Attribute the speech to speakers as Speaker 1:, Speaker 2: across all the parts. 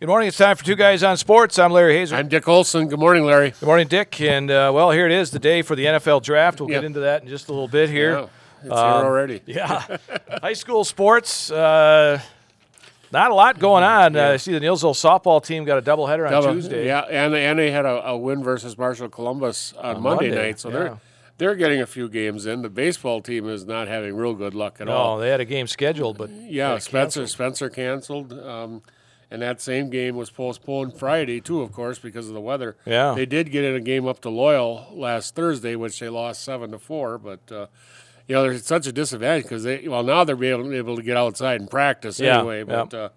Speaker 1: Good morning. It's time for Two Guys on Sports. I'm Larry Hazer.
Speaker 2: I'm Dick Olson. Good morning, Larry.
Speaker 1: Good morning, Dick. And uh, well, here it is, the day for the NFL draft. We'll
Speaker 2: Yep.
Speaker 1: get into that in just a little bit here. Um,
Speaker 2: Yeah, it's here already.
Speaker 1: Yeah. High school sports. Uh, not a lot going on. Uh, I see the Nielsville softball team got a doubleheader on
Speaker 2: Double-
Speaker 1: Tuesday.
Speaker 2: Mm-hmm. Yeah, and, and they had a, a win versus Marshall Columbus on, Monday,
Speaker 1: Monday,
Speaker 2: night, so
Speaker 1: yeah.
Speaker 2: they're they're getting a few games in. The baseball team is not having real good luck at
Speaker 1: No,
Speaker 2: all.
Speaker 1: Oh, they had a game scheduled, but
Speaker 2: Yeah, Spencer Spencer canceled, um, and that same game was postponed Friday too, of course, because of the weather.
Speaker 1: Yeah.
Speaker 2: they did get in a game up to Loyal last Thursday, which they lost seven to four, but. Uh, you know, there's such a disadvantage because they well now they're being able, able to get outside and practice
Speaker 1: Yeah,
Speaker 2: anyway. But
Speaker 1: yeah.
Speaker 2: Uh,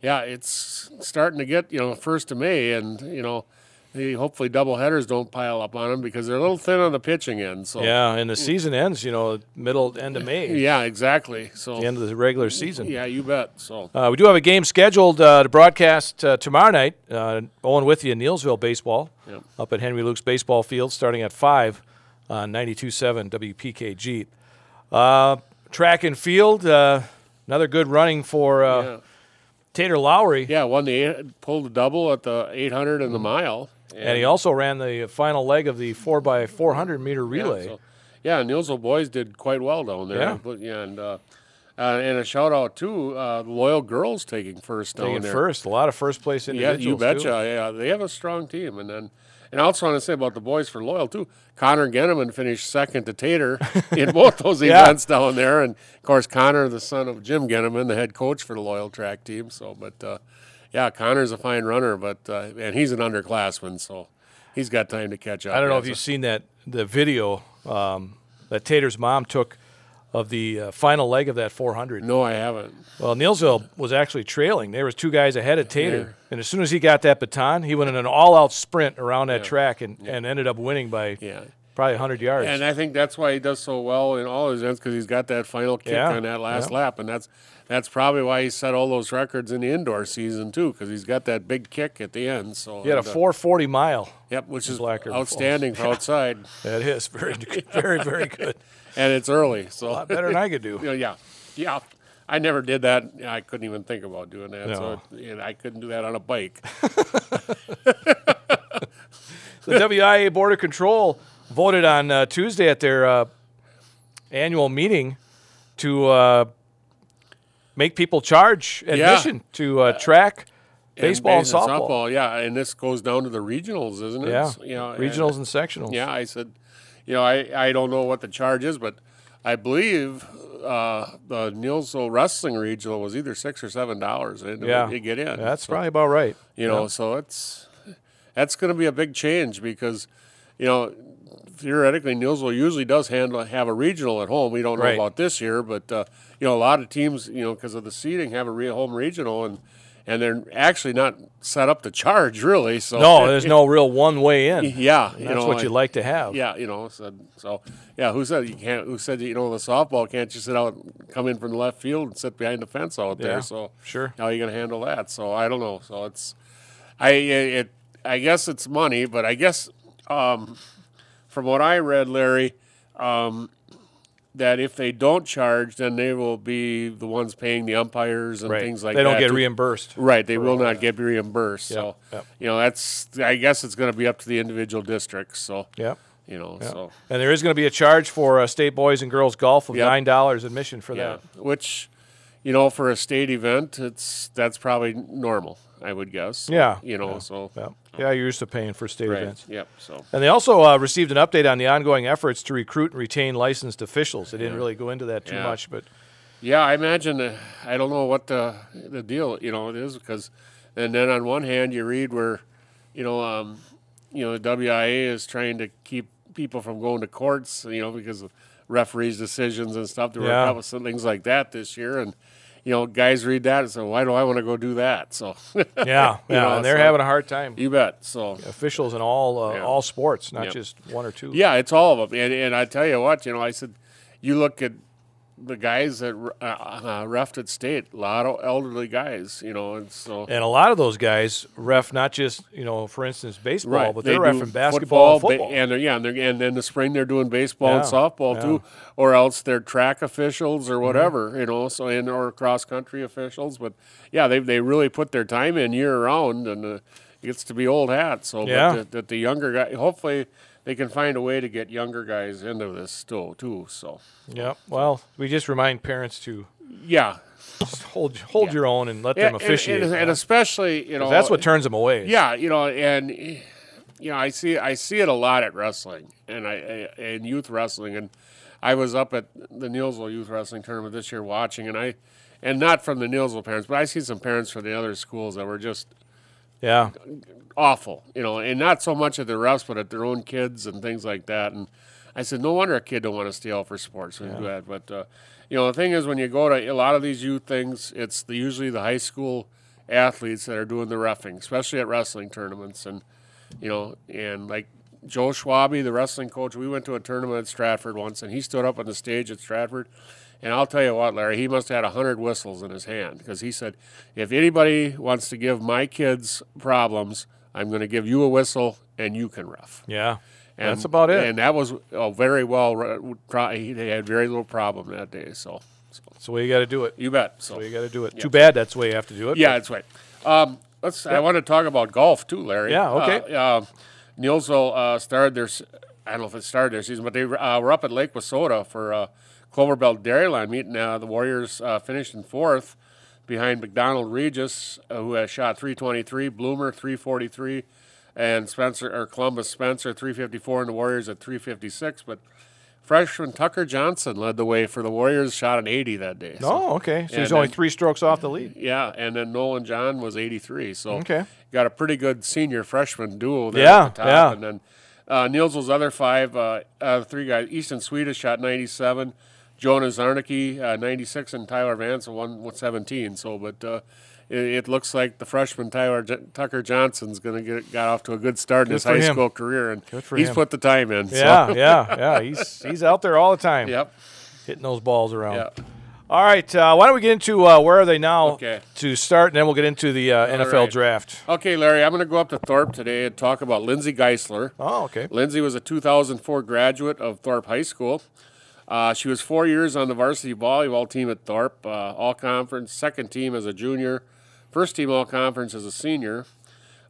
Speaker 2: yeah, it's starting to get you know first of May, and you know, the, hopefully double headers don't pile up on them because they're a little thin on the pitching end. So
Speaker 1: yeah, and the season ends, you know, middle end of May,
Speaker 2: yeah, exactly. So
Speaker 1: the end of the regular season.
Speaker 2: yeah, you bet. So
Speaker 1: Uh, we do have a game scheduled uh, to broadcast uh, tomorrow night. Uh, Owen with you in Nielsville baseball
Speaker 2: Yep.
Speaker 1: up at Henry Luke's baseball field, starting at five on 92.7 WPKG. Uh, track and field, uh, another good running for uh,
Speaker 2: Yeah.
Speaker 1: Tater Lowry,
Speaker 2: yeah, won the eight, pulled the double at the 800
Speaker 1: Mm.
Speaker 2: and the mile.
Speaker 1: and he also ran the final leg of the four by 400 meter
Speaker 2: Yeah,
Speaker 1: relay.
Speaker 2: so- Yeah, and the Nielsville boys did quite well down there.
Speaker 1: Yeah.
Speaker 2: But- yeah, and uh, uh, and a shout out to uh, Loyal girls taking first down
Speaker 1: Taking
Speaker 2: there.
Speaker 1: first, a lot of first place
Speaker 2: Yeah,
Speaker 1: individuals.
Speaker 2: you
Speaker 1: too.
Speaker 2: betcha. Yeah, they have a strong team, and then and I also want to say about the boys for Loyal too. Connor Genneman finished second to Tater in both those
Speaker 1: Yeah.
Speaker 2: events down there, and of course Connor, the son of Jim Genneman, the head coach for the Loyal track team. So, but uh, yeah, Connor's a fine runner, but uh, and he's an underclassman, so he's got time to catch up.
Speaker 1: I don't know
Speaker 2: Yeah,
Speaker 1: if
Speaker 2: so-
Speaker 1: you've seen that the video um, that Tater's mom took of the uh, final leg of that 400.
Speaker 2: No, I haven't.
Speaker 1: Well, Nielsville was actually trailing. There was two guys ahead of Tater, and as soon as he got that baton, he went in an all-out sprint around that track and, and ended up winning by
Speaker 2: Yeah.
Speaker 1: probably 100 yards.
Speaker 2: And I think that's why he does so well in all his ends because he's got that final kick
Speaker 1: Yeah,
Speaker 2: on that last
Speaker 1: yeah.
Speaker 2: lap, and that's that's probably why he set all those records in the indoor season too because he's got that big kick at the end. So
Speaker 1: he had a
Speaker 2: and, uh,
Speaker 1: 440 mile.
Speaker 2: Yep, which is
Speaker 1: Black River
Speaker 2: outstanding for outside,
Speaker 1: That is very, good- very, very good.
Speaker 2: and it's early. So
Speaker 1: A lot better than I could do.
Speaker 2: you know, yeah, yeah. I never did that. I couldn't even think about doing that. So and I couldn't do that on a bike.
Speaker 1: the WIA Board of Control voted on uh, Tuesday at their uh, annual meeting to uh, make people charge admission to uh, track, baseball, and
Speaker 2: base-
Speaker 1: softball.
Speaker 2: Yeah, and this goes down to the regionals, isn't it?
Speaker 1: Yeah,
Speaker 2: So, you know, and-
Speaker 1: regionals and sectionals.
Speaker 2: Yeah, I said, you know, I, I don't know what the charge is, but I believe uh, the Nielsel Wrestling Regional was either six or seven dollars
Speaker 1: yeah,
Speaker 2: to get in.
Speaker 1: That's
Speaker 2: So,
Speaker 1: probably about right.
Speaker 2: you know, so it's that's going to be a big change because you know theoretically Nielsel usually does handle have a regional at home. We don't know
Speaker 1: Right.
Speaker 2: about this year, but uh, you know a lot of teams you know because of the seating have a re- home regional and and they're actually not set up to charge really. So
Speaker 1: No, there's no real one way in.
Speaker 2: yeah,
Speaker 1: That's what you
Speaker 2: I-
Speaker 1: like to have.
Speaker 2: yeah, you know, so, so yeah, who said you can't? Who said you know the softball can't you sit out, come in from the left field and sit behind the fence out
Speaker 1: Yeah,
Speaker 2: there? So
Speaker 1: sure.
Speaker 2: how are you going to handle that? So I don't know. So it's, I it, I guess it's money, but I guess um, from what I read, Larry, um, that if they don't charge, then they will be the ones paying the umpires and
Speaker 1: right.
Speaker 2: things like
Speaker 1: they
Speaker 2: that.
Speaker 1: don't get
Speaker 2: too.
Speaker 1: reimbursed.
Speaker 2: Right, they will not get reimbursed. So,
Speaker 1: yep.
Speaker 2: you know, that's, I guess it's going to be up to the individual districts. So,
Speaker 1: Yeah.
Speaker 2: you know, so
Speaker 1: And there is going to be a charge for uh, state boys and girls golf of
Speaker 2: Yep.
Speaker 1: nine dollars admission for
Speaker 2: yeah,
Speaker 1: that.
Speaker 2: which you know for a state event, it's that's probably normal, I would guess.
Speaker 1: Yeah.
Speaker 2: you know, so
Speaker 1: Yeah. yeah, you're used to paying for state
Speaker 2: right,
Speaker 1: events.
Speaker 2: yep. So
Speaker 1: And they also uh, received an update on the ongoing efforts to recruit and retain licensed officials. They didn't really go into that too
Speaker 2: Yeah.
Speaker 1: much, but
Speaker 2: yeah, I imagine uh, I don't know what the the deal you know it is because, and then on one hand you read where, you know, um, you know the WIA is trying to keep people from going to courts, you know, because of referees' decisions and stuff. There were
Speaker 1: Yeah.
Speaker 2: a couple of things like that this year, and you know, guys read that and say, "Why do I want to go do that?" So
Speaker 1: yeah, yeah,
Speaker 2: know,
Speaker 1: and they're
Speaker 2: so-
Speaker 1: having a hard time.
Speaker 2: you bet. So
Speaker 1: Officials in all uh,
Speaker 2: Yeah.
Speaker 1: all sports, not
Speaker 2: Yep.
Speaker 1: just one or two.
Speaker 2: Yeah, it's all of them. And, and I tell you what, you know, I said, you look at the guys that uh, uh, refed at state, a lot of elderly guys, you know, and so
Speaker 1: And a lot of those guys ref not just you know, for instance, baseball,
Speaker 2: right,
Speaker 1: but they're
Speaker 2: do
Speaker 1: refing basketball,
Speaker 2: ba-
Speaker 1: and football.
Speaker 2: and they're yeah, and, they're, and then the spring they're doing baseball and
Speaker 1: Yeah,
Speaker 2: softball
Speaker 1: yeah.
Speaker 2: too, or else they're track officials or whatever, you know, so and or cross country officials, but yeah, they they really put their time in year round, and uh, it gets to be old hat. So
Speaker 1: Yeah.
Speaker 2: that the, that the younger guy, hopefully. They can find a way to get younger guys into this still too. So
Speaker 1: yeah. Well, we just remind parents to
Speaker 2: yeah,
Speaker 1: just hold hold your own and let them
Speaker 2: and-
Speaker 1: officiate.
Speaker 2: and,
Speaker 1: that.
Speaker 2: and, especially you know
Speaker 1: that's what turns them away. is-
Speaker 2: Yeah, you know, and you know, I see I see it a lot at wrestling and I and youth wrestling and I was up at the Nielsville youth wrestling tournament this year watching and I and not from the Nielsville parents, but I see some parents from the other schools that were just
Speaker 1: yeah.
Speaker 2: awful, you know, and not so much at the refs, but at their own kids and things like that. And I said, no wonder a kid don't want to stay out for sports and do that. But uh, you know, the thing is, when you go to a lot of these youth things, it's the, usually the high school athletes that are doing the refing, especially at wrestling tournaments. And you know, and like Joe Schwabe, the wrestling coach, we went to a tournament at Stratford once, and he stood up on the stage at Stratford. And I'll tell you what, Larry, he must have had 100 whistles in his hand because he said, if anybody wants to give my kids problems, I'm going to give you a whistle and you can ref.
Speaker 1: Yeah.
Speaker 2: And,
Speaker 1: that's about it.
Speaker 2: And that was a very well, re- try- he- they had very little problem that day. So, so
Speaker 1: that's the way you got to do it.
Speaker 2: you bet. So,
Speaker 1: You got to do it. Too bad that's the way you have to do it.
Speaker 2: yeah, that's right. Um, let's. I want to talk about golf too, Larry.
Speaker 1: Yeah, okay.
Speaker 2: Uh, uh, Nielsville uh, started their. s- I don't know if it started their season, but they uh, were up at Lake Wasota for uh, Cloverbelt Dairyland meeting. Uh, the Warriors uh, finished in fourth behind McDonald Regis, uh, who has shot 323, Bloomer 343, and Spencer or Columbus Spencer 354, and the Warriors at 356. But freshman Tucker Johnson led the way for the Warriors, shot an 80 that day. So-
Speaker 1: Oh, okay. So
Speaker 2: And
Speaker 1: he's only
Speaker 2: then-
Speaker 1: three strokes off the lead.
Speaker 2: yeah, and then Nolan John was 83. So
Speaker 1: Okay.
Speaker 2: got a pretty good senior freshman duo there
Speaker 1: Yeah,
Speaker 2: at the top.
Speaker 1: yeah.
Speaker 2: And then uh, Nielsen's other five, uh, uh, three guys, Easton Swedish shot 97, Jonas Zarnicki, uh 96, and Tyler Vance, one- 117. So, but uh, it, it looks like the freshman Tyler J- Tucker Johnson's going to get got off to a good start in his
Speaker 1: for
Speaker 2: high
Speaker 1: him.
Speaker 2: school career. And
Speaker 1: for
Speaker 2: he's
Speaker 1: him.
Speaker 2: put the time in.
Speaker 1: Yeah,
Speaker 2: So.
Speaker 1: yeah, yeah. He's he's out there all the time,
Speaker 2: Yep.
Speaker 1: hitting those balls around.
Speaker 2: Yep.
Speaker 1: All right, uh, why don't we get into uh, where are they now
Speaker 2: Okay.
Speaker 1: to start, and then we'll get into the uh, NFL
Speaker 2: right.
Speaker 1: draft.
Speaker 2: Okay, Larry, I'm going to go up to Thorpe today and talk about Lindsey Geisler.
Speaker 1: Oh, okay.
Speaker 2: Lindsay was a 2004 graduate of Thorpe High School. Uh, she was four years on the varsity volleyball team at Thorpe, uh, all conference, second team as a junior, first team all conference as a senior.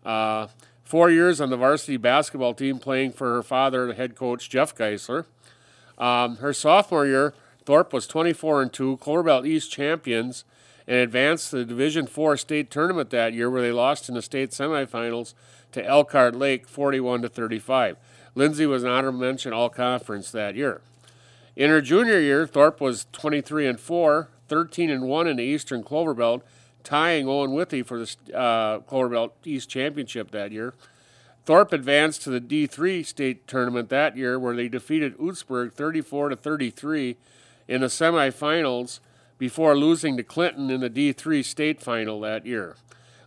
Speaker 2: Uh, four years on the varsity basketball team playing for her father, the head coach Jeff Geisler. Um, her sophomore year, Thorpe was 24 and two, Cloverbelt East champions, and advanced to the Division Four state tournament that year, where they lost in the state semifinals to Elkhart Lake, 41 to 35. Lindsay was an honorable mention all conference that year. In her junior year, Thorpe was 23 and 4, 13 and 1 in the Eastern Clover Belt, tying Owen Withy for the uh, Clover Belt East Championship that year. Thorpe advanced to the D3 state tournament that year, where they defeated Utsburg 34 to 33 in the semifinals before losing to Clinton in the D3 state final that year.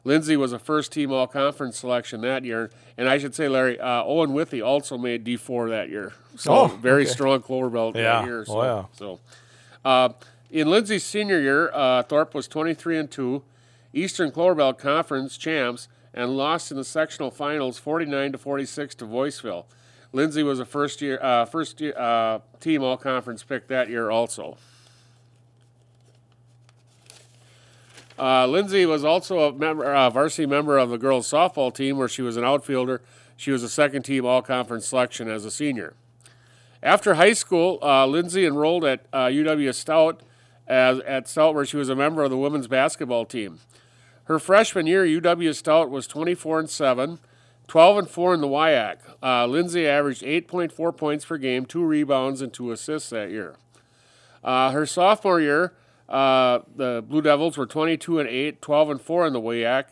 Speaker 2: Lindsay was a first team all conference selection that year. And I should say, Larry, uh, Owen Withy also made D4 that year. So
Speaker 1: Oh,
Speaker 2: very strong Clover Belt
Speaker 1: Yeah.
Speaker 2: that year. So,
Speaker 1: Oh, yeah.
Speaker 2: so uh, in Lindsay's senior year, uh, Thorpe was 23 and 2, Eastern Cloverbelt Conference champs, and lost in the sectional finals 49 to 46 to Voiceville. Lindsay was a first year, uh, first year, uh, team all conference pick that year also. Uh, Lindsay was also a member, a varsity member of the girls' softball team, where she was an outfielder. She was a second team all conference selection as a senior. After high school, uh, Lindsay enrolled at uh, UW Stout as, at Stout, where she was a member of the women's basketball team. Her freshman year, UW Stout was 24 and 7, 12 and 4 in the WIAC. Uh, Lindsay averaged 8.4 points per game, two rebounds, and two assists that year. Uh, her sophomore year, uh, the Blue Devils were 22 and 8, 12 and 4 in the WIAC.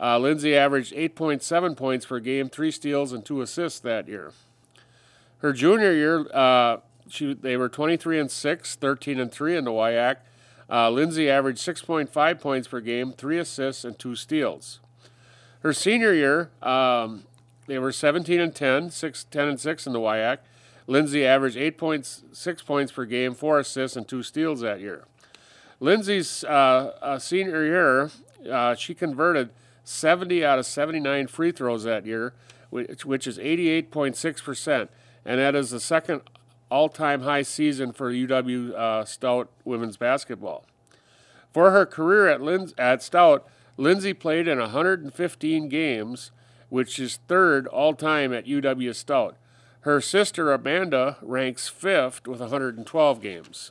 Speaker 2: Uh, Lindsay averaged 8.7 points per game, three steals, and two assists that year. Her junior year, uh, she, they were 23 and 6, 13 and 3 in the WIAC. Uh, Lindsay averaged 6.5 points per game, three assists, and two steals. Her senior year, um, they were 17 and 10, 6, 10 and 6 in the WIAC. Lindsay averaged 8.6 points per game, four assists, and two steals that year. Lindsay's uh, uh, senior year, uh, she converted 70 out of 79 free throws that year, which, which is 88.6%, and that is the second all time high season for UW Stout women's basketball. For her career at, Linds- at Stout, Lindsay played in 115 games, which is third all time at UW Stout. Her sister Amanda ranks fifth with 112 games.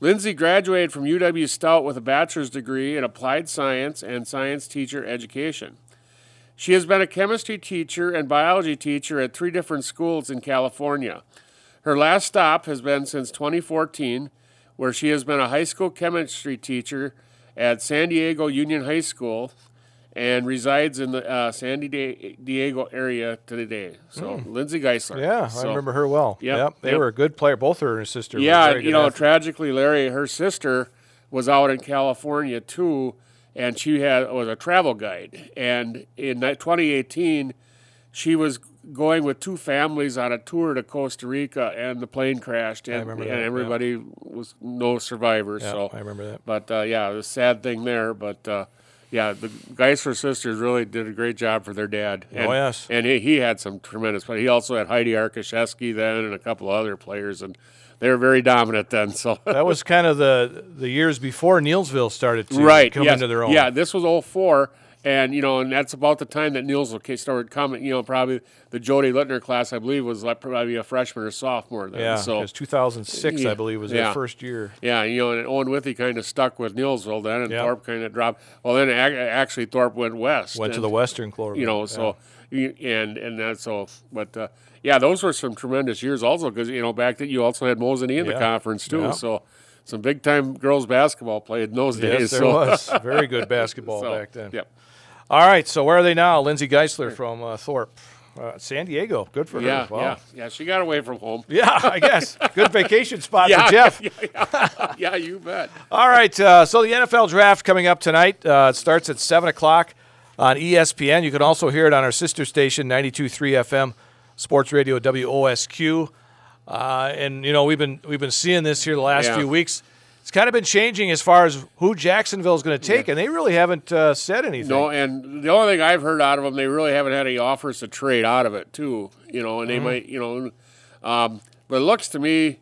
Speaker 2: Lindsay graduated from UW Stout with a bachelor's degree in applied science and science teacher education. She has been a chemistry teacher and biology teacher at three different schools in California. Her last stop has been since 2014, where she has been a high school chemistry teacher at San Diego Union High School and resides in the uh, San Diego area to today. So Lindsay Geisler.
Speaker 1: Hmm. Yeah,
Speaker 2: So-
Speaker 1: I remember her well.
Speaker 2: Yep,
Speaker 1: They
Speaker 2: yep.
Speaker 1: were a good player. Both her and her sister. were
Speaker 2: Yeah,
Speaker 1: very
Speaker 2: you
Speaker 1: good
Speaker 2: know,
Speaker 1: athletes.
Speaker 2: tragically, Larry, her sister was out in California too, and she had was a travel guide. And in that 2018, she was going with two families on a tour to Costa Rica, and the plane crashed, and,
Speaker 1: remember
Speaker 2: and
Speaker 1: that, yeah.
Speaker 2: everybody was no survivors.
Speaker 1: Yeah,
Speaker 2: so
Speaker 1: I remember that.
Speaker 2: But uh, yeah, it was a sad thing there. But uh, yeah, the Geisler sisters really did a great job for their dad. And,
Speaker 1: Oh, yes.
Speaker 2: and he, he had some tremendous. But he also had Heidi Arkashevsky then, and a couple of other players, and they were very dominant then. So
Speaker 1: That was kind of the the years before Nielsville started to
Speaker 2: right,
Speaker 1: come
Speaker 2: yes.
Speaker 1: into their own.
Speaker 2: Yeah, this was 04. And you know, and that's about the time that Niels okay, started coming. You know, probably the Jody Littner class, I believe, was like probably a freshman or sophomore then.
Speaker 1: yeah.
Speaker 2: so
Speaker 1: it was 2006,
Speaker 2: Yeah,
Speaker 1: I believe, was
Speaker 2: yeah.
Speaker 1: their first year.
Speaker 2: Yeah, you know, and Owen Withy kind of stuck with Nielsville then, and
Speaker 1: Yeah.
Speaker 2: Thorpe kind of dropped. Well, then ac- actually Thorpe went west.
Speaker 1: Went to
Speaker 2: and,
Speaker 1: the Western Club.
Speaker 2: you know, so you- and and that's so. But uh, yeah, those were some tremendous years also because you know back then you also had Mosany in the
Speaker 1: Yeah.
Speaker 2: conference too.
Speaker 1: Yeah.
Speaker 2: So some big time girls basketball played in those
Speaker 1: yes,
Speaker 2: days.
Speaker 1: there
Speaker 2: so,
Speaker 1: was very good basketball
Speaker 2: so,
Speaker 1: back then.
Speaker 2: Yep.
Speaker 1: All right, so where are they now? Lindsay Geisler from uh, Thorpe, uh, San Diego. Good for
Speaker 2: Yeah,
Speaker 1: her. Wow.
Speaker 2: yeah, yeah. She got away from home.
Speaker 1: Yeah, I guess. Good vacation spot
Speaker 2: Yeah,
Speaker 1: for Jeff.
Speaker 2: Yeah, yeah, yeah, you bet.
Speaker 1: All right, uh, so the NFL draft coming up tonight. Uh, it starts at 7 o'clock on E ESPN. You can also hear it on our sister station, 92.3 FM, Sports Radio WOSQ. Uh, and, you know, we've been, we've been seeing this here the last
Speaker 2: Yeah.
Speaker 1: few weeks. It's kind of been changing as far as who Jacksonville is going to take, and they really haven't uh, said anything.
Speaker 2: No, and the only thing I've heard out of them, they really haven't had any offers to trade out of it too. You know, and
Speaker 1: Mm-hmm.
Speaker 2: they might, you know, um, but it looks to me,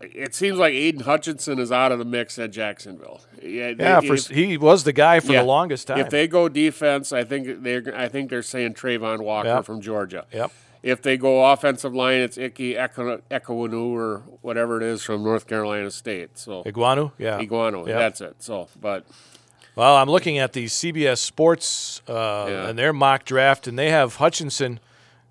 Speaker 2: it seems like Aiden Hutchinson is out of the mix at Jacksonville. Yeah,
Speaker 1: yeah,
Speaker 2: they-
Speaker 1: for,
Speaker 2: if-
Speaker 1: he was the guy for
Speaker 2: yeah.
Speaker 1: the longest time.
Speaker 2: If they go defense, I think they're, I think they're saying Trayvon Walker
Speaker 1: Yep.
Speaker 2: from Georgia.
Speaker 1: Yep.
Speaker 2: If they go offensive line, it's Icky Ekawanu or whatever it is from North Carolina State. So
Speaker 1: Iguanu? Yeah.
Speaker 2: Iguano,
Speaker 1: Yep.
Speaker 2: that's it. So, but
Speaker 1: Well, I'm looking at the CBS Sports uh, and their mock draft, and they have Hutchinson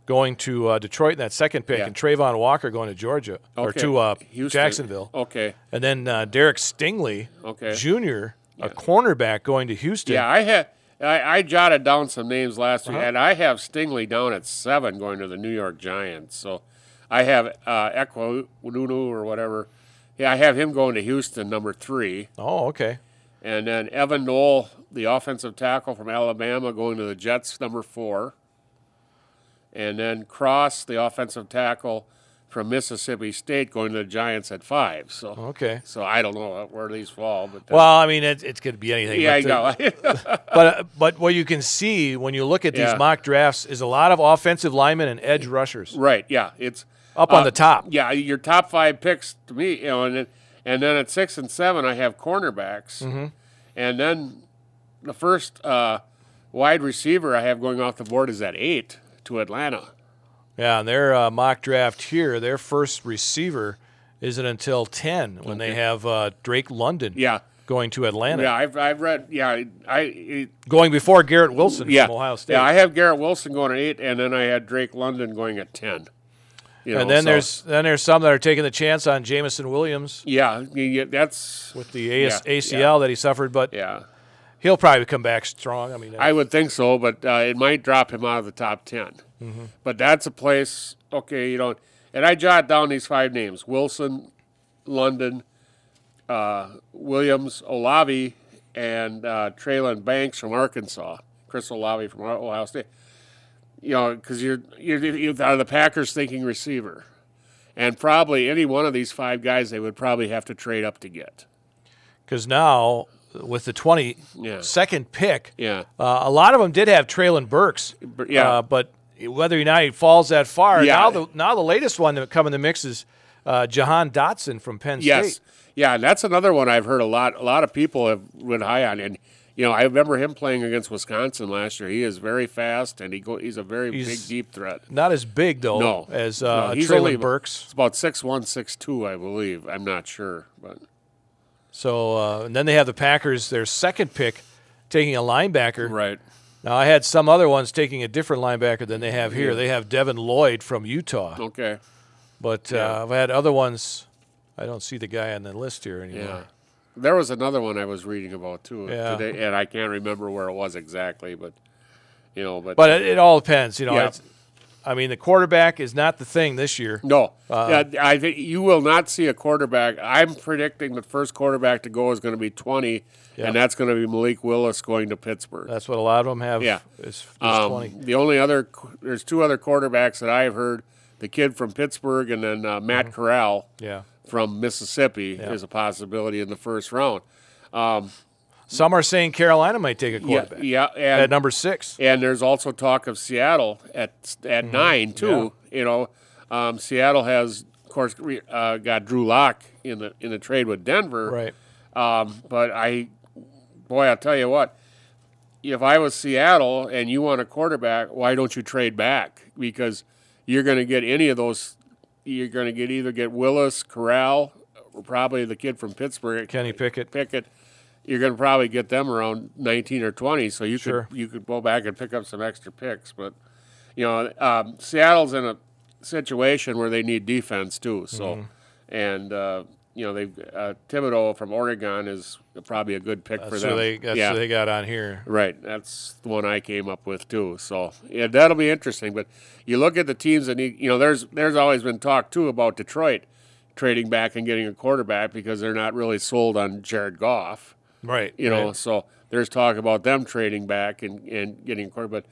Speaker 1: going to uh, Detroit in that second pick,
Speaker 2: Yeah.
Speaker 1: and Trayvon Walker going to Georgia or
Speaker 2: okay.
Speaker 1: to uh,
Speaker 2: Houston.
Speaker 1: Jacksonville,
Speaker 2: Okay.
Speaker 1: and then uh, Derek Stingley,
Speaker 2: Okay.
Speaker 1: Jr., a cornerback going to Houston.
Speaker 2: Yeah, I had I, I jotted down some names last
Speaker 1: Uh-huh.
Speaker 2: week, and I have Stingley down at seven going to the New York Giants. So I have uh, Ekwununu or whatever. Yeah, I have him going to Houston, number three,
Speaker 1: Oh, okay.
Speaker 2: and then Evan Knoll, the offensive tackle from Alabama, going to the Jets, number four, and then Cross, the offensive tackle from Mississippi State, going to the Giants at five. So
Speaker 1: Okay.
Speaker 2: so I don't know where these fall, but that-
Speaker 1: Uh-huh. Well, I mean, it, it could be anything.
Speaker 2: yeah,
Speaker 1: but
Speaker 2: I
Speaker 1: the-
Speaker 2: know.
Speaker 1: But, uh, but what you can see when you look at these
Speaker 2: Yeah.
Speaker 1: mock drafts is a lot of offensive linemen and edge rushers
Speaker 2: right? Yeah, it's.
Speaker 1: up on
Speaker 2: Uh,
Speaker 1: the top.
Speaker 2: Yeah, your top five picks to me, you know, and then, and then at six and seven, I have cornerbacks,
Speaker 1: Mm-hmm.
Speaker 2: and then the first uh, wide receiver I have going off the board is at eight to Atlanta.
Speaker 1: Yeah, and their uh, mock draft here, their first receiver isn't until 10 when they have uh, Drake London
Speaker 2: Yeah,
Speaker 1: going to Atlanta,
Speaker 2: yeah, I've, I've read, yeah, I, I
Speaker 1: going before Garrett Wilson
Speaker 2: yeah,
Speaker 1: from Ohio State.
Speaker 2: yeah, I have Garrett Wilson going at eight, and then I had Drake London going at ten. You know,
Speaker 1: and then
Speaker 2: so-
Speaker 1: there's then there's some that are taking the chance on Jamison Williams
Speaker 2: yeah, you- you- that's
Speaker 1: with the AS-
Speaker 2: Yeah,
Speaker 1: ACL that he suffered, but
Speaker 2: yeah.
Speaker 1: he'll probably come back strong. I mean, uh,
Speaker 2: I would think so, but uh, it might drop him out of the top 10. But that's a place, okay, you know. And I jot down these five names Wilson, London, uh, Williams, Olavi, and uh, Traylon Banks from Arkansas. Chris Olavi from Ohio State. you know, because you're, you're you are the Packers thinking receiver, and probably any one of these five guys they would probably have to trade up to get.
Speaker 1: Because now with the twenty second
Speaker 2: Yeah.
Speaker 1: pick,
Speaker 2: Yeah,
Speaker 1: uh, a lot of them did have Traylon Burks.
Speaker 2: Bur- yeah.
Speaker 1: uh, but whether or not he falls that far,
Speaker 2: Yeah.
Speaker 1: now the now the latest one that come in the mix is uh, Jahan Dotson from Penn
Speaker 2: yes,
Speaker 1: State.
Speaker 2: yeah, and that's another one I've heard a lot. A lot of people have been high on, and you know, I remember him playing against Wisconsin last year. He is very fast, and he go, he's a very
Speaker 1: He's-
Speaker 2: big deep threat.
Speaker 1: Not as big though
Speaker 2: No,
Speaker 1: as
Speaker 2: No,
Speaker 1: uh,
Speaker 2: he's
Speaker 1: Traylon
Speaker 2: only-
Speaker 1: Burks.
Speaker 2: It's about six one, six two, I believe. I'm not sure, but
Speaker 1: So uh, and then they have the Packers, their second pick, taking a linebacker.
Speaker 2: right.
Speaker 1: Now I had some other ones taking a different linebacker than they have here. They have Devin Lloyd from Utah,
Speaker 2: Okay.
Speaker 1: but uh, I've had other ones. I don't see the guy on the list here
Speaker 2: Yeah.
Speaker 1: anymore.
Speaker 2: There was another one I was reading about too
Speaker 1: Yeah.
Speaker 2: today, and I can't remember where it was exactly, but you know, but,
Speaker 1: But it, it all depends, you know.
Speaker 2: Yeah.
Speaker 1: It's, I mean, the quarterback is not the thing this year.
Speaker 2: no,
Speaker 1: Uh-uh.
Speaker 2: yeah, I think you will not see a quarterback. I'm predicting the first quarterback to go is going to be 20,
Speaker 1: Yeah.
Speaker 2: and that's going to be Malik Willis going to Pittsburgh.
Speaker 1: That's what a lot of them have.
Speaker 2: Yeah.
Speaker 1: is, is
Speaker 2: Um,
Speaker 1: twenty.
Speaker 2: The only other qu- there's two other quarterbacks that I've heard: the kid from Pittsburgh and then uh, Matt
Speaker 1: Mm-hmm.
Speaker 2: Corral
Speaker 1: Yeah,
Speaker 2: from Mississippi is a possibility in the first round.
Speaker 1: some are saying Carolina might take a
Speaker 2: Yeah,
Speaker 1: quarterback
Speaker 2: yeah, and
Speaker 1: at number six.
Speaker 2: And there's also talk of Seattle at at
Speaker 1: Mm-hmm.
Speaker 2: nine too. You know, um, Seattle has, of course, re- uh, got Drew Lock in the in the trade with Denver.
Speaker 1: Right.
Speaker 2: Um, but I, boy, I'll tell you what. If I was Seattle and you want a quarterback, why don't you trade back? Because you're going to get any of those. You're going to get either get Willis, Corral, or probably the kid from Pittsburgh,
Speaker 1: Kenny Pickett.
Speaker 2: Pickett, you're going to probably get them around 19 or 20. So you
Speaker 1: Sure.
Speaker 2: could you could go back and pick up some extra picks. But you know, um, Seattle's in a situation where they need defense too. So
Speaker 1: Mm-hmm.
Speaker 2: and uh, you know they uh, Thibodeau from Oregon is probably a good pick for
Speaker 1: That's
Speaker 2: them.
Speaker 1: who they. That's
Speaker 2: yeah.
Speaker 1: who they got on here.
Speaker 2: Right, that's the one I came up with too. So yeah, that'll be interesting. But you look at the teams that need, you know, there's there's always been talk too about Detroit trading back and getting a quarterback because they're not really sold on Jared Goff.
Speaker 1: Right.
Speaker 2: You know,
Speaker 1: right.
Speaker 2: so there's talk about them trading back and, and getting a quarterback.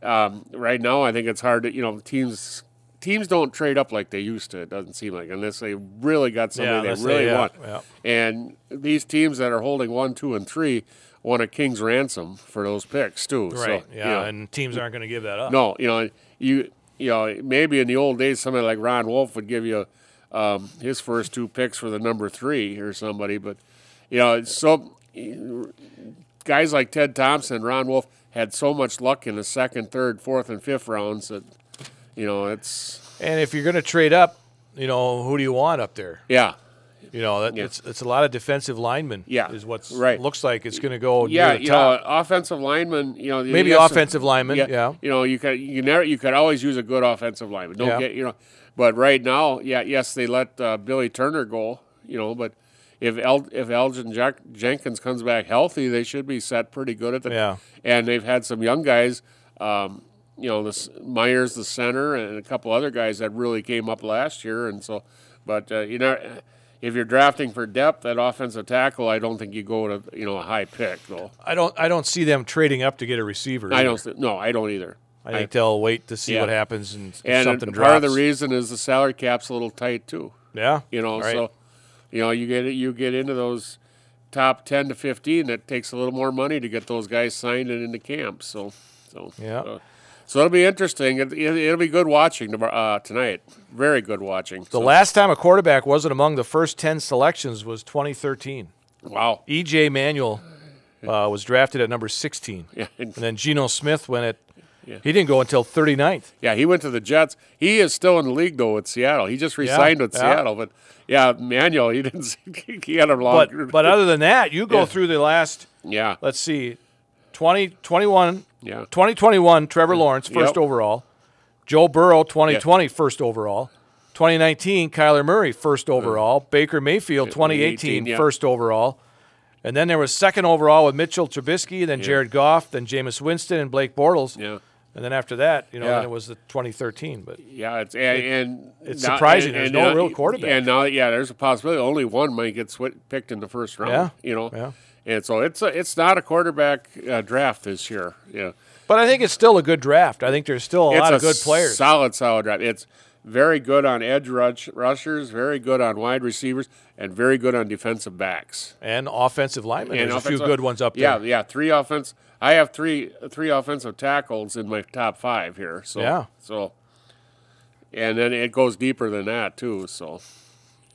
Speaker 2: But um, right now, I think it's hard to you know teams teams don't trade up like they used to. It doesn't seem like unless they really got
Speaker 1: Yeah,
Speaker 2: somebody
Speaker 1: unless
Speaker 2: they
Speaker 1: they-
Speaker 2: really
Speaker 1: yeah,
Speaker 2: want.
Speaker 1: yeah.
Speaker 2: And these teams that are holding one, two, and three want a king's ransom for those picks too.
Speaker 1: Right.
Speaker 2: So,
Speaker 1: yeah.
Speaker 2: you know,
Speaker 1: and teams aren't going to give that up.
Speaker 2: no, you know you you know maybe in the old days somebody like Ron Wolf would give you um, his first two picks for the number three or somebody, but you know it's so guys like Ted Thompson, Ron Wolf had so much luck in the second, third, fourth, and fifth rounds that you know it's
Speaker 1: And if you're going to trade up, you know who do you want up there?
Speaker 2: yeah
Speaker 1: You know, that, it's it's a lot of defensive linemen.
Speaker 2: Yeah,
Speaker 1: is what's
Speaker 2: right.
Speaker 1: Looks like it's going to go
Speaker 2: yeah
Speaker 1: near the
Speaker 2: you
Speaker 1: top.
Speaker 2: know offensive lineman you know
Speaker 1: Maybe
Speaker 2: you have some-
Speaker 1: offensive linemen. Yeah.
Speaker 2: You know, you could you never you could always use a good offensive lineman. Don't
Speaker 1: Yeah.
Speaker 2: get you know, but right now, yeah, yes, they let uh, Billy Turner go. You know, but if El, if Elgin Jack, Jenkins comes back healthy, they should be set pretty good at the.
Speaker 1: Yeah.
Speaker 2: And they've had some young guys. Um, you know, this Myers, the center, and a couple other guys that really came up last year, and so, but uh, you know. If you're drafting for depth at offensive tackle, I don't think you go to you know a high pick though.
Speaker 1: I don't I don't see them trading up to get a receiver.
Speaker 2: I
Speaker 1: either.
Speaker 2: don't. No, I don't either.
Speaker 1: I think they'll wait to see
Speaker 2: Yeah.
Speaker 1: what happens and, if
Speaker 2: And
Speaker 1: something
Speaker 2: part
Speaker 1: drops.
Speaker 2: of the reason is the salary cap's a little tight too.
Speaker 1: yeah.
Speaker 2: You know,
Speaker 1: Right.
Speaker 2: so you know you get you get into those top ten to fifteen. That takes a little more money to get those guys signed and into camp. So, so
Speaker 1: Yeah.
Speaker 2: So, so it'll be interesting. It, it, it'll be good watching tomorrow, uh, tonight. Very good watching.
Speaker 1: the
Speaker 2: So,
Speaker 1: last time a quarterback wasn't among the first ten selections was 2013.
Speaker 2: wow.
Speaker 1: EJ Manuel uh, was drafted at number 16,
Speaker 2: Yeah, and-
Speaker 1: and then Geno Smith went at he didn't go until 39th.
Speaker 2: yeah, he went to the Jets. He is still in the league though with Seattle. He just resigned with
Speaker 1: yeah.
Speaker 2: Seattle, but yeah, Manuel, he didn't. He had a long.
Speaker 1: But but other than that, you go through the last
Speaker 2: yeah,
Speaker 1: let's see 20 21
Speaker 2: yeah,
Speaker 1: 2021 Trevor Lawrence first
Speaker 2: Mm. Yep.
Speaker 1: overall, Joe Burrow 2020 first overall, 2019 Kyler Murray first overall, Baker Mayfield 2018
Speaker 2: 2018, Mm. yeah.
Speaker 1: first overall, and then there was second overall with Mitchell Trubisky, then Jared Goff, then Jameis Winston and Blake Bortles,
Speaker 2: yeah.
Speaker 1: and then after that, you know,
Speaker 2: Yeah.
Speaker 1: then it was the 2013. But
Speaker 2: Yeah, it's and, and
Speaker 1: it's surprising there's no real quarterback.
Speaker 2: And now, yeah, there's a possibility only one might get swi picked in the first round.
Speaker 1: Yeah,
Speaker 2: you know,
Speaker 1: yeah.
Speaker 2: and so it's a, it's not a quarterback uh, draft this year. Yeah,
Speaker 1: But I think it's still a good draft. I think there's still a
Speaker 2: it's
Speaker 1: lot of good players.
Speaker 2: Solid, solid draft. It's very good on edge rush, rushers, very good on wide receivers, and very good on defensive backs.
Speaker 1: and offensive linemen.
Speaker 2: And
Speaker 1: There's a few
Speaker 2: offensive-
Speaker 1: good ones up
Speaker 2: yeah,
Speaker 1: there.
Speaker 2: Yeah, Three offense. I have three three offensive tackles in my top five here. So
Speaker 1: Yeah.
Speaker 2: So, and then it goes deeper than that too. So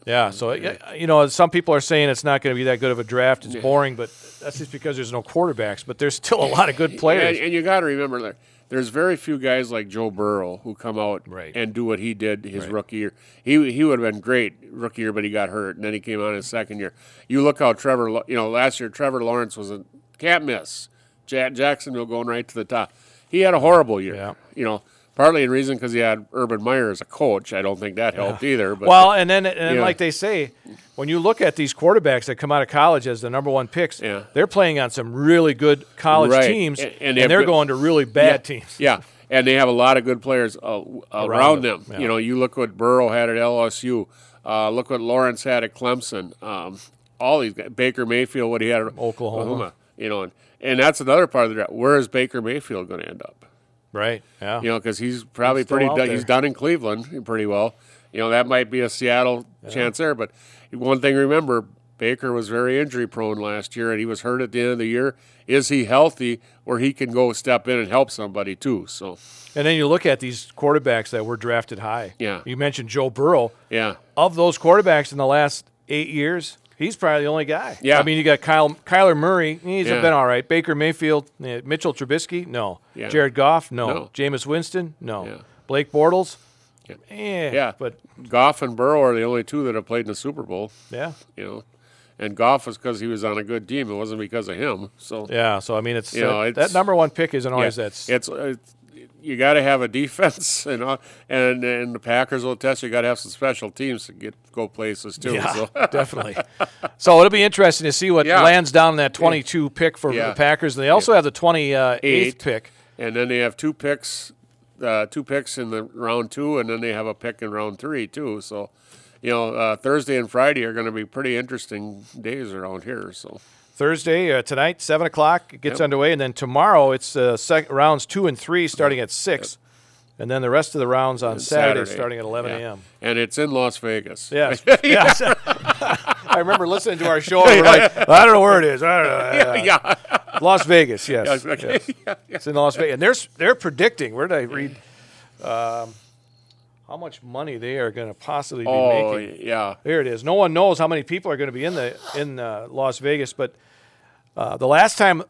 Speaker 1: Yeah. So, yeah, you know, some people are saying it's not going to be that good of a draft. It's boring, but that's just because there's no quarterbacks. But there's still a lot of good
Speaker 2: and,
Speaker 1: players.
Speaker 2: and you got to remember there. There's very few guys like Joe Burrow who come out
Speaker 1: Right.
Speaker 2: and do what he did his rookie year. He he would have been great rookie year, but he got hurt, and then he came out his second year. You look how Trevor, Law- you know, last year Trevor Lawrence was a can't miss. Ja- Jacksonville going right to the top. He had a horrible year.
Speaker 1: Yeah.
Speaker 2: You know, partly in reason because he had Urban Meyer as a coach. I don't think that helped either. But
Speaker 1: Well, and then, and then
Speaker 2: Yeah.
Speaker 1: like they say, when you look at these quarterbacks that come out of college as the number one picks,
Speaker 2: Yeah.
Speaker 1: they're playing on some really good college
Speaker 2: Right.
Speaker 1: teams,
Speaker 2: And-
Speaker 1: and,
Speaker 2: and they have
Speaker 1: they're
Speaker 2: good-
Speaker 1: going to really bad teams.
Speaker 2: Yeah, and they have a lot of good players uh, around,
Speaker 1: them,
Speaker 2: them. You know, you look what Burrow had at LSU. Uh, look what Lawrence had at Clemson. Um, all these guys, Baker Mayfield, what he had at
Speaker 1: Oklahoma.
Speaker 2: You know, and, and that's another part of the draft. Where is Baker Mayfield going to end up?
Speaker 1: Right. Yeah.
Speaker 2: You know, because he's probably
Speaker 1: still
Speaker 2: pretty
Speaker 1: out
Speaker 2: done,
Speaker 1: there.
Speaker 2: he's done in Cleveland pretty well. You know, that might be a Seattle chance there. But one thing to remember, Baker was very injury prone last year, and he was hurt at the end of the year. Is he healthy where he can go step in and help somebody too? So.
Speaker 1: And then you look at these quarterbacks that were drafted high.
Speaker 2: Yeah.
Speaker 1: You mentioned Joe Burrow.
Speaker 2: Yeah.
Speaker 1: Of those quarterbacks in the last eight years, he's probably the only guy.
Speaker 2: Yeah.
Speaker 1: I mean, you got Kyle Kyler Murray. He's
Speaker 2: Yeah.
Speaker 1: been all right. Baker Mayfield, eh, Mitchell Trubisky, no.
Speaker 2: Yeah.
Speaker 1: Jared Goff, no.
Speaker 2: No.
Speaker 1: Jameis Winston, no.
Speaker 2: Yeah.
Speaker 1: Blake Bortles,
Speaker 2: Yeah.
Speaker 1: eh,
Speaker 2: Yeah.
Speaker 1: But
Speaker 2: Goff and Burrow are the only two that have played in the Super Bowl,
Speaker 1: yeah.
Speaker 2: you know. And Goff was because he was on a good team. It wasn't because of him. So
Speaker 1: Yeah, so I mean, it's,
Speaker 2: You know,
Speaker 1: that-
Speaker 2: it's-
Speaker 1: that number one pick isn't
Speaker 2: yeah,
Speaker 1: always that's
Speaker 2: it's, it's you got to have a defense, and all- and and the Packers will test you. Got to have some special teams to get go places too.
Speaker 1: yeah,
Speaker 2: So.
Speaker 1: definitely. So it'll be interesting to see what
Speaker 2: Yeah.
Speaker 1: lands down in that 22 pick for
Speaker 2: Yeah.
Speaker 1: the Packers. And they also have the 28th
Speaker 2: Eight.
Speaker 1: pick.
Speaker 2: And then they have two picks, uh, two picks in the round two, and then they have a pick in round three too. So, you know, uh, Thursday and Friday are going to be pretty interesting days around here. So.
Speaker 1: Thursday uh, tonight, seven o'clock, it gets underway, and then tomorrow it's uh, sec- rounds two and three starting at six, and then the rest of the rounds on Saturday, starting at eleven
Speaker 2: Yeah.
Speaker 1: a.m.
Speaker 2: And it's in Las Vegas.
Speaker 1: Yes, yes. I remember listening to our show. And we're like, I don't know where it is. I don't know.
Speaker 2: yeah.
Speaker 1: Uh, Las Vegas. Yes,
Speaker 2: Okay. Yeah.
Speaker 1: it's in Las Vegas, and they're s- they're predicting. Where did I read? Um, how much money they are going to possibly be
Speaker 2: Oh,
Speaker 1: making?
Speaker 2: yeah.
Speaker 1: There it is. No one knows how many people are going to be in the in uh, Las Vegas, but uh, the last time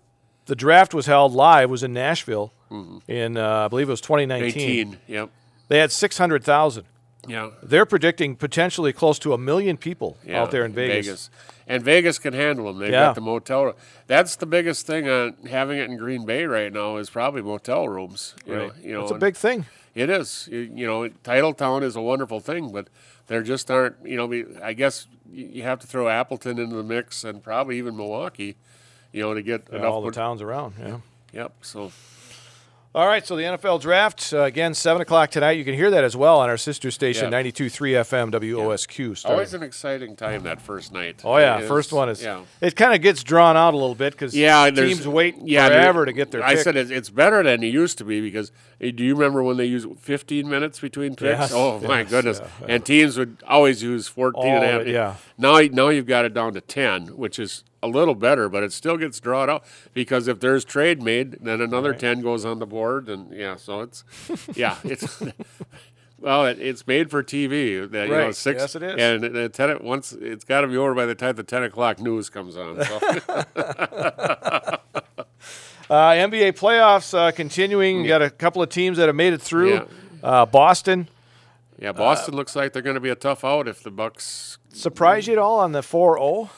Speaker 1: the draft was held live was in Nashville
Speaker 2: Mm-hmm.
Speaker 1: in uh, I believe it was 2019.
Speaker 2: 18. Yep.
Speaker 1: They had 600,000.
Speaker 2: Yeah.
Speaker 1: They're predicting potentially close to a million people
Speaker 2: yeah.
Speaker 1: out there in Vegas.
Speaker 2: And Vegas can handle them. They've
Speaker 1: Yeah.
Speaker 2: got the motel. room. That's the biggest thing on having it in Green Bay right now is probably motel rooms. You
Speaker 1: Right.
Speaker 2: Know, you know,
Speaker 1: it's a
Speaker 2: and
Speaker 1: big thing.
Speaker 2: It is. You you know, Titletown is a wonderful thing, but there just aren't, you know, we- I guess you you have to throw Appleton into the mix and probably even Milwaukee, you know, to get
Speaker 1: in
Speaker 2: enough.
Speaker 1: all the
Speaker 2: put-
Speaker 1: towns around. Yeah.
Speaker 2: Yep. So,
Speaker 1: All right, so the NFL draft uh, again, seven o'clock tonight. You can hear that as well on our sister station,
Speaker 2: Yeah.
Speaker 1: 92.3 FM WOSQ. starting-
Speaker 2: always an exciting time that first night.
Speaker 1: Oh yeah,
Speaker 2: It
Speaker 1: first one is.
Speaker 2: Yeah.
Speaker 1: It kind of gets drawn out a little bit because
Speaker 2: Yeah, there's-
Speaker 1: teams wait
Speaker 2: yeah, there-
Speaker 1: forever to get their.
Speaker 2: I
Speaker 1: pick.
Speaker 2: said it, it's better than it used to be because eh, do you remember when they used 15 minutes between picks?
Speaker 1: Yes,
Speaker 2: oh my
Speaker 1: yes,
Speaker 2: goodn's!
Speaker 1: yeah,
Speaker 2: and teams would always use 14 and a
Speaker 1: All
Speaker 2: half.
Speaker 1: of it, yeah.
Speaker 2: Now, now you've got it down to 10, which is a little better, but it still gets drawn out because if there's trade made, then another 10 goes on the board, and yeah, so it's yeah, it's. Well, it, it's made for TV. That, you know,
Speaker 1: Right,
Speaker 2: six,
Speaker 1: yes, it is.
Speaker 2: And the ten, o- once it's got to be over by the time the ten o'clock news comes on. So.
Speaker 1: uh, NBA playoffs uh, continuing. You Got a couple of teams that have made it through.
Speaker 2: Yeah.
Speaker 1: Uh, Boston
Speaker 2: Yeah, Boston looks like they're going to be a tough out if the Bucks.
Speaker 1: surprised you at all on the 4-0?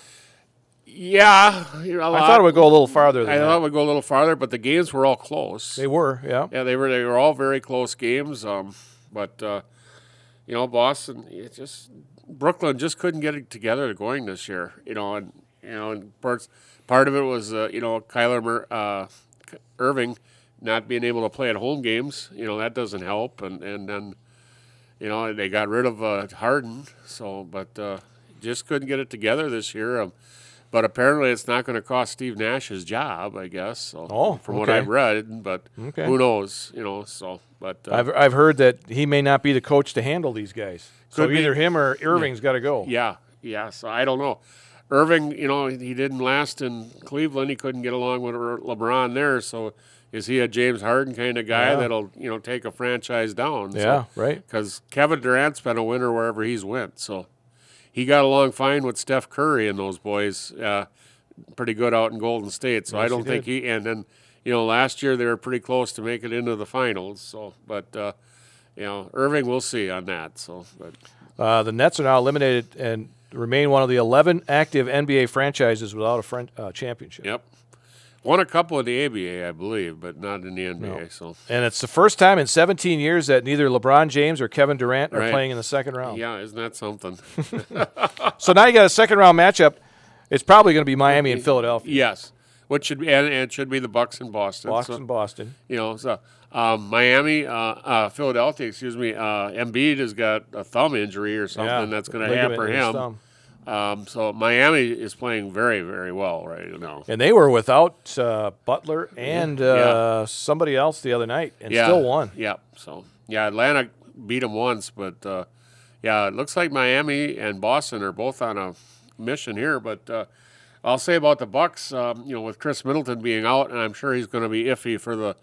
Speaker 2: Yeah,
Speaker 1: I thought it would go a little farther than
Speaker 2: Uh, I
Speaker 1: that.
Speaker 2: thought it would go a little farther, but the games were all close.
Speaker 1: They were, yeah.
Speaker 2: yeah, they were. They were all very close games. Um, but uh, you know, Boston, it just Brooklyn just couldn't get it together going this year. You know, and you know, and parts part of it was uh, you know Kyler Mur- uh, Irving not being able to play at home games. You know, that doesn't help, and and then you know they got rid of uh, Harden. So, but uh, just couldn't get it together this year. Um, But apparently, it's not going to cost Steve Nash his job, I guess. So,
Speaker 1: Oh,
Speaker 2: from what
Speaker 1: okay.
Speaker 2: I've read, but
Speaker 1: Okay.
Speaker 2: who knows? You know, so but uh,
Speaker 1: I've, I've heard that he may not be the coach to handle these guys. so
Speaker 2: Could be.
Speaker 1: either him or Irving's got to go.
Speaker 2: yeah, yeah. So I don't know. Irving, you know, he didn't last in Cleveland. He couldn't get along with Er- LeBron there. So is he a James Harden kind of guy
Speaker 1: Yeah.
Speaker 2: that'll you know take a franchise down? So-
Speaker 1: Yeah, right.
Speaker 2: because Kevin Durant's been a winner wherever he's went. So he got along fine with Steph Curry and those boys, uh, pretty good out in Golden State. So I
Speaker 1: Yes, he
Speaker 2: don't think he. And then you know last year they were pretty close to making it into the finals. So but uh, you know Irving, we'll see on that. So but
Speaker 1: Uh, the Nets are now eliminated and remain one of the 11 active NBA franchises without a fran- uh, championship.
Speaker 2: yep, won a couple in the ABA, I believe, but not in the NBA. So
Speaker 1: And it's the first time in 17 years that neither LeBron James or Kevin Durant are
Speaker 2: Right.
Speaker 1: playing in the second round.
Speaker 2: yeah, isn't that something?
Speaker 1: So now you got a second round matchup. It's probably going to be Miami and Philadelphia.
Speaker 2: yes. What should be and, and it should be the Bucks in Boston. So-
Speaker 1: Boston, Boston.
Speaker 2: You know, so um, Miami, uh, uh, Philadelphia, excuse me, uh, Embiid has got a thumb injury or something
Speaker 1: Yeah,
Speaker 2: that's going to
Speaker 1: ligament
Speaker 2: hamper
Speaker 1: in his
Speaker 2: him.
Speaker 1: thumb.
Speaker 2: Um, so Miami is playing very, very well right now.
Speaker 1: And they were without uh, Butler and uh, somebody else the other night and still won.
Speaker 2: Yeah. So yeah, Atlanta beat them once, but uh, yeah, it looks like Miami and Boston are both on a mission here. But uh, I'll say about the Bucks, um, you know, with Chris Middleton being out, and I'm sure he's going to be iffy for the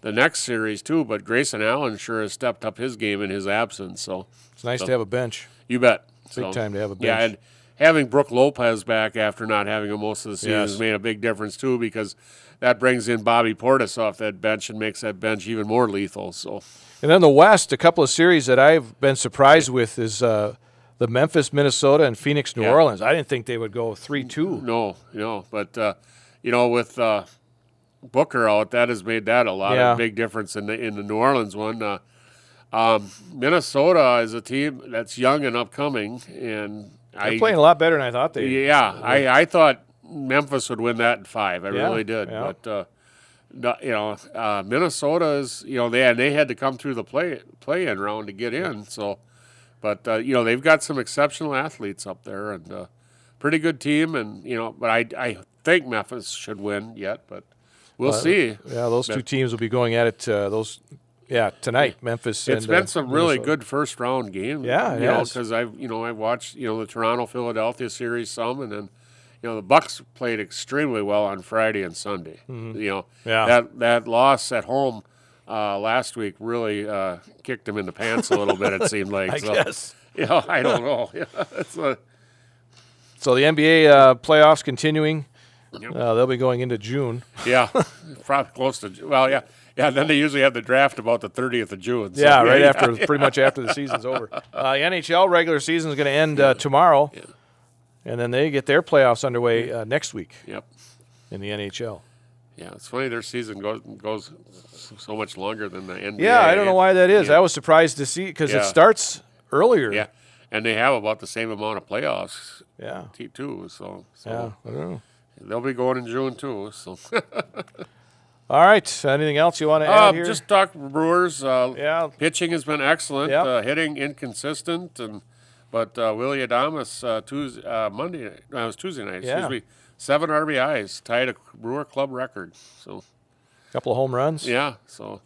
Speaker 2: the next series too. But Grayson Allen sure has stepped up his game in his absence. So
Speaker 1: It's nice to have a bench.
Speaker 2: you bet.
Speaker 1: Big time to have a
Speaker 2: Yeah,
Speaker 1: bench.
Speaker 2: and having Brooke Lopez back after not having him most of the season
Speaker 1: Yes.
Speaker 2: has made a big difference too because that brings in Bobby Portis off that bench and makes that bench even more lethal. So
Speaker 1: And then the West, a couple of series that I've been surprised with is uh, the Memphis, Minnesota, and Phoenix, New
Speaker 2: Yeah.
Speaker 1: Orleans. I didn't think they would go 3 2.
Speaker 2: no, no, but uh, you know with uh, Booker out, that has made that a lot
Speaker 1: Yeah.
Speaker 2: of big difference in the in the New Orleans one. Uh, um, Minnesota is a team that's young and upcoming, and
Speaker 1: They're
Speaker 2: I
Speaker 1: playing a lot better than I thought they
Speaker 2: Yeah, I, I thought Memphis would win that in five. I
Speaker 1: Yeah,
Speaker 2: really did.
Speaker 1: yeah.
Speaker 2: But uh, no- you know, uh, Minnesota's you know they and they had to come through the play play in round to get in. So, but uh, you know they've got some exceptional athletes up there and uh, pretty good team. And you know, but I I think Memphis should win yet, but we'll see.
Speaker 1: Yeah, those two teams will be going at it. Uh, those, yeah, tonight, Memphis.
Speaker 2: It's
Speaker 1: and,
Speaker 2: been
Speaker 1: uh,
Speaker 2: some really
Speaker 1: Minnesota.
Speaker 2: good first round games.
Speaker 1: Yeah, it
Speaker 2: you know,
Speaker 1: has.
Speaker 2: because I've you know I watched you know the Toronto Philadelphia series some, and then you know the Bucks played extremely well on Friday and Sunday. You know,
Speaker 1: Mm-hmm. Yeah.
Speaker 2: that that loss at home uh, last week really uh, kicked them in the pants a little bit. It seemed like.
Speaker 1: I
Speaker 2: so,
Speaker 1: guess.
Speaker 2: You know, I don't know. Yeah, it's a-
Speaker 1: So the NBA uh, playoffs continuing.
Speaker 2: Yep.
Speaker 1: Uh, they'll be going into June.
Speaker 2: yeah, probably close to well, yeah, yeah. Then they usually have the draft about the thirtieth of June. so-
Speaker 1: yeah, right after, pretty much after the season's over. Uh, the NHL regular season is going to end uh, tomorrow, and then they get their playoffs underway uh, next week
Speaker 2: Yep.
Speaker 1: in the NHL.
Speaker 2: Yeah, it's funny their season goes goes so much longer than the NBA.
Speaker 1: Yeah, I don't know why that is. I was surprised to see because
Speaker 2: Yeah.
Speaker 1: it starts earlier.
Speaker 2: Yeah, and they have about the same amount of playoffs
Speaker 1: yeah,
Speaker 2: t- too. So, so
Speaker 1: yeah. I don't know.
Speaker 2: they'll be going in June too. So
Speaker 1: All right. Anything else you want to
Speaker 2: uh,
Speaker 1: add here?
Speaker 2: just talk Brewers. Uh,
Speaker 1: yeah,
Speaker 2: pitching has been excellent.
Speaker 1: Yep.
Speaker 2: Uh, hitting inconsistent, and but uh, Willie Adamas uh, Tuesday, uh, Monday, uh, it was Tuesday night.
Speaker 1: Yeah.
Speaker 2: Excuse me, seven RBIs, tied a Brewer club record. So.
Speaker 1: a couple of home runs.
Speaker 2: Yeah. So,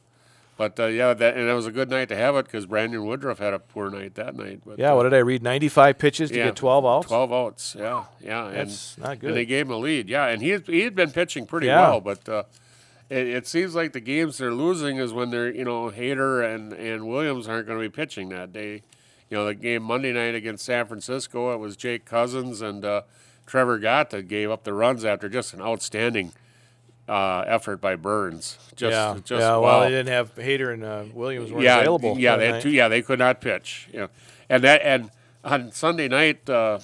Speaker 2: but uh, yeah, that and it was a good night to have it because Brandon Woodruff had a poor night that night. But
Speaker 1: Yeah,
Speaker 2: uh,
Speaker 1: what did I read? 95 pitches to
Speaker 2: yeah,
Speaker 1: get 12 outs.
Speaker 2: Twelve outs. Yeah, yeah. And,
Speaker 1: That's not good.
Speaker 2: And they gave him a lead. Yeah, and he had- he had been pitching pretty
Speaker 1: Yeah.
Speaker 2: well, but. Uh, it, it seems like the games they're losing is when they're, you know, Hayter and, and Williams aren't going to be pitching that day. You know, the game Monday night against San Francisco, it was Jake Cousins and uh, Trevor Gott that gave up the runs after just an outstanding uh, effort by Burns. Just,
Speaker 1: yeah,
Speaker 2: just
Speaker 1: yeah.
Speaker 2: wow.
Speaker 1: Well, they didn't have Hader and uh, Williams weren't
Speaker 2: yeah,
Speaker 1: available.
Speaker 2: Yeah,
Speaker 1: that
Speaker 2: they
Speaker 1: night.
Speaker 2: had two, yeah, they could not pitch. Yeah, and that and on Sunday night uh,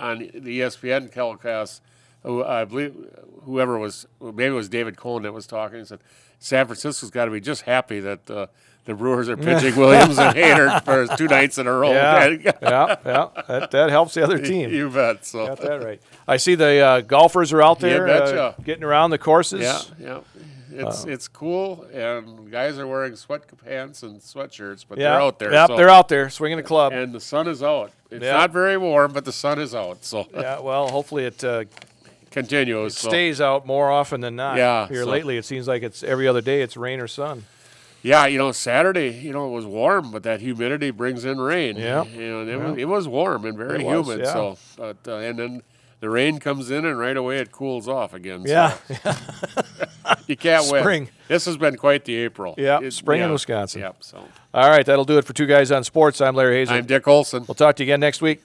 Speaker 2: on the E ESPN telecast, who I believe whoever was maybe it was David Cohen that was talking. He said San Francisco's got to be just happy that uh, the Brewers are pitching Williams and Hayter for two nights in a row.
Speaker 1: Yeah, yeah, yeah. That, that helps the other team.
Speaker 2: you bet. So
Speaker 1: Got that right. I see the uh, golfers are out there uh,
Speaker 2: betcha.
Speaker 1: getting around the courses.
Speaker 2: yeah, yeah, it's it's cool, and guys are wearing sweat pants and sweatshirts, but
Speaker 1: Yeah,
Speaker 2: they're out there.
Speaker 1: Yep,
Speaker 2: so-
Speaker 1: they're out there swinging a club.
Speaker 2: and the sun is out. It's
Speaker 1: Yeah.
Speaker 2: not very warm, but the sun is out, so
Speaker 1: yeah, well, hopefully it uh,
Speaker 2: continues. so-
Speaker 1: stays out more often than not.
Speaker 2: Yeah,
Speaker 1: Here
Speaker 2: so-
Speaker 1: lately, it seems like it's every other day. It's rain or sun.
Speaker 2: Yeah, you know, Saturday, you know, it was warm, but that humidity brings in rain.
Speaker 1: Yeah.
Speaker 2: You know, and it, was, it was warm and very
Speaker 1: It was,
Speaker 2: humid.
Speaker 1: yeah.
Speaker 2: So, but, uh, and then the rain comes in, and right away it cools off again. so
Speaker 1: Yeah,
Speaker 2: you can't win.
Speaker 1: Spring.
Speaker 2: This has been quite the April.
Speaker 1: Yeah,
Speaker 2: It-
Speaker 1: spring in Wisconsin.
Speaker 2: Yep. So
Speaker 1: All right, that'll do it for two guys on sports. I'm Larry Hazel.
Speaker 2: I'm Dick Olson.
Speaker 1: we'll talk to you again next week.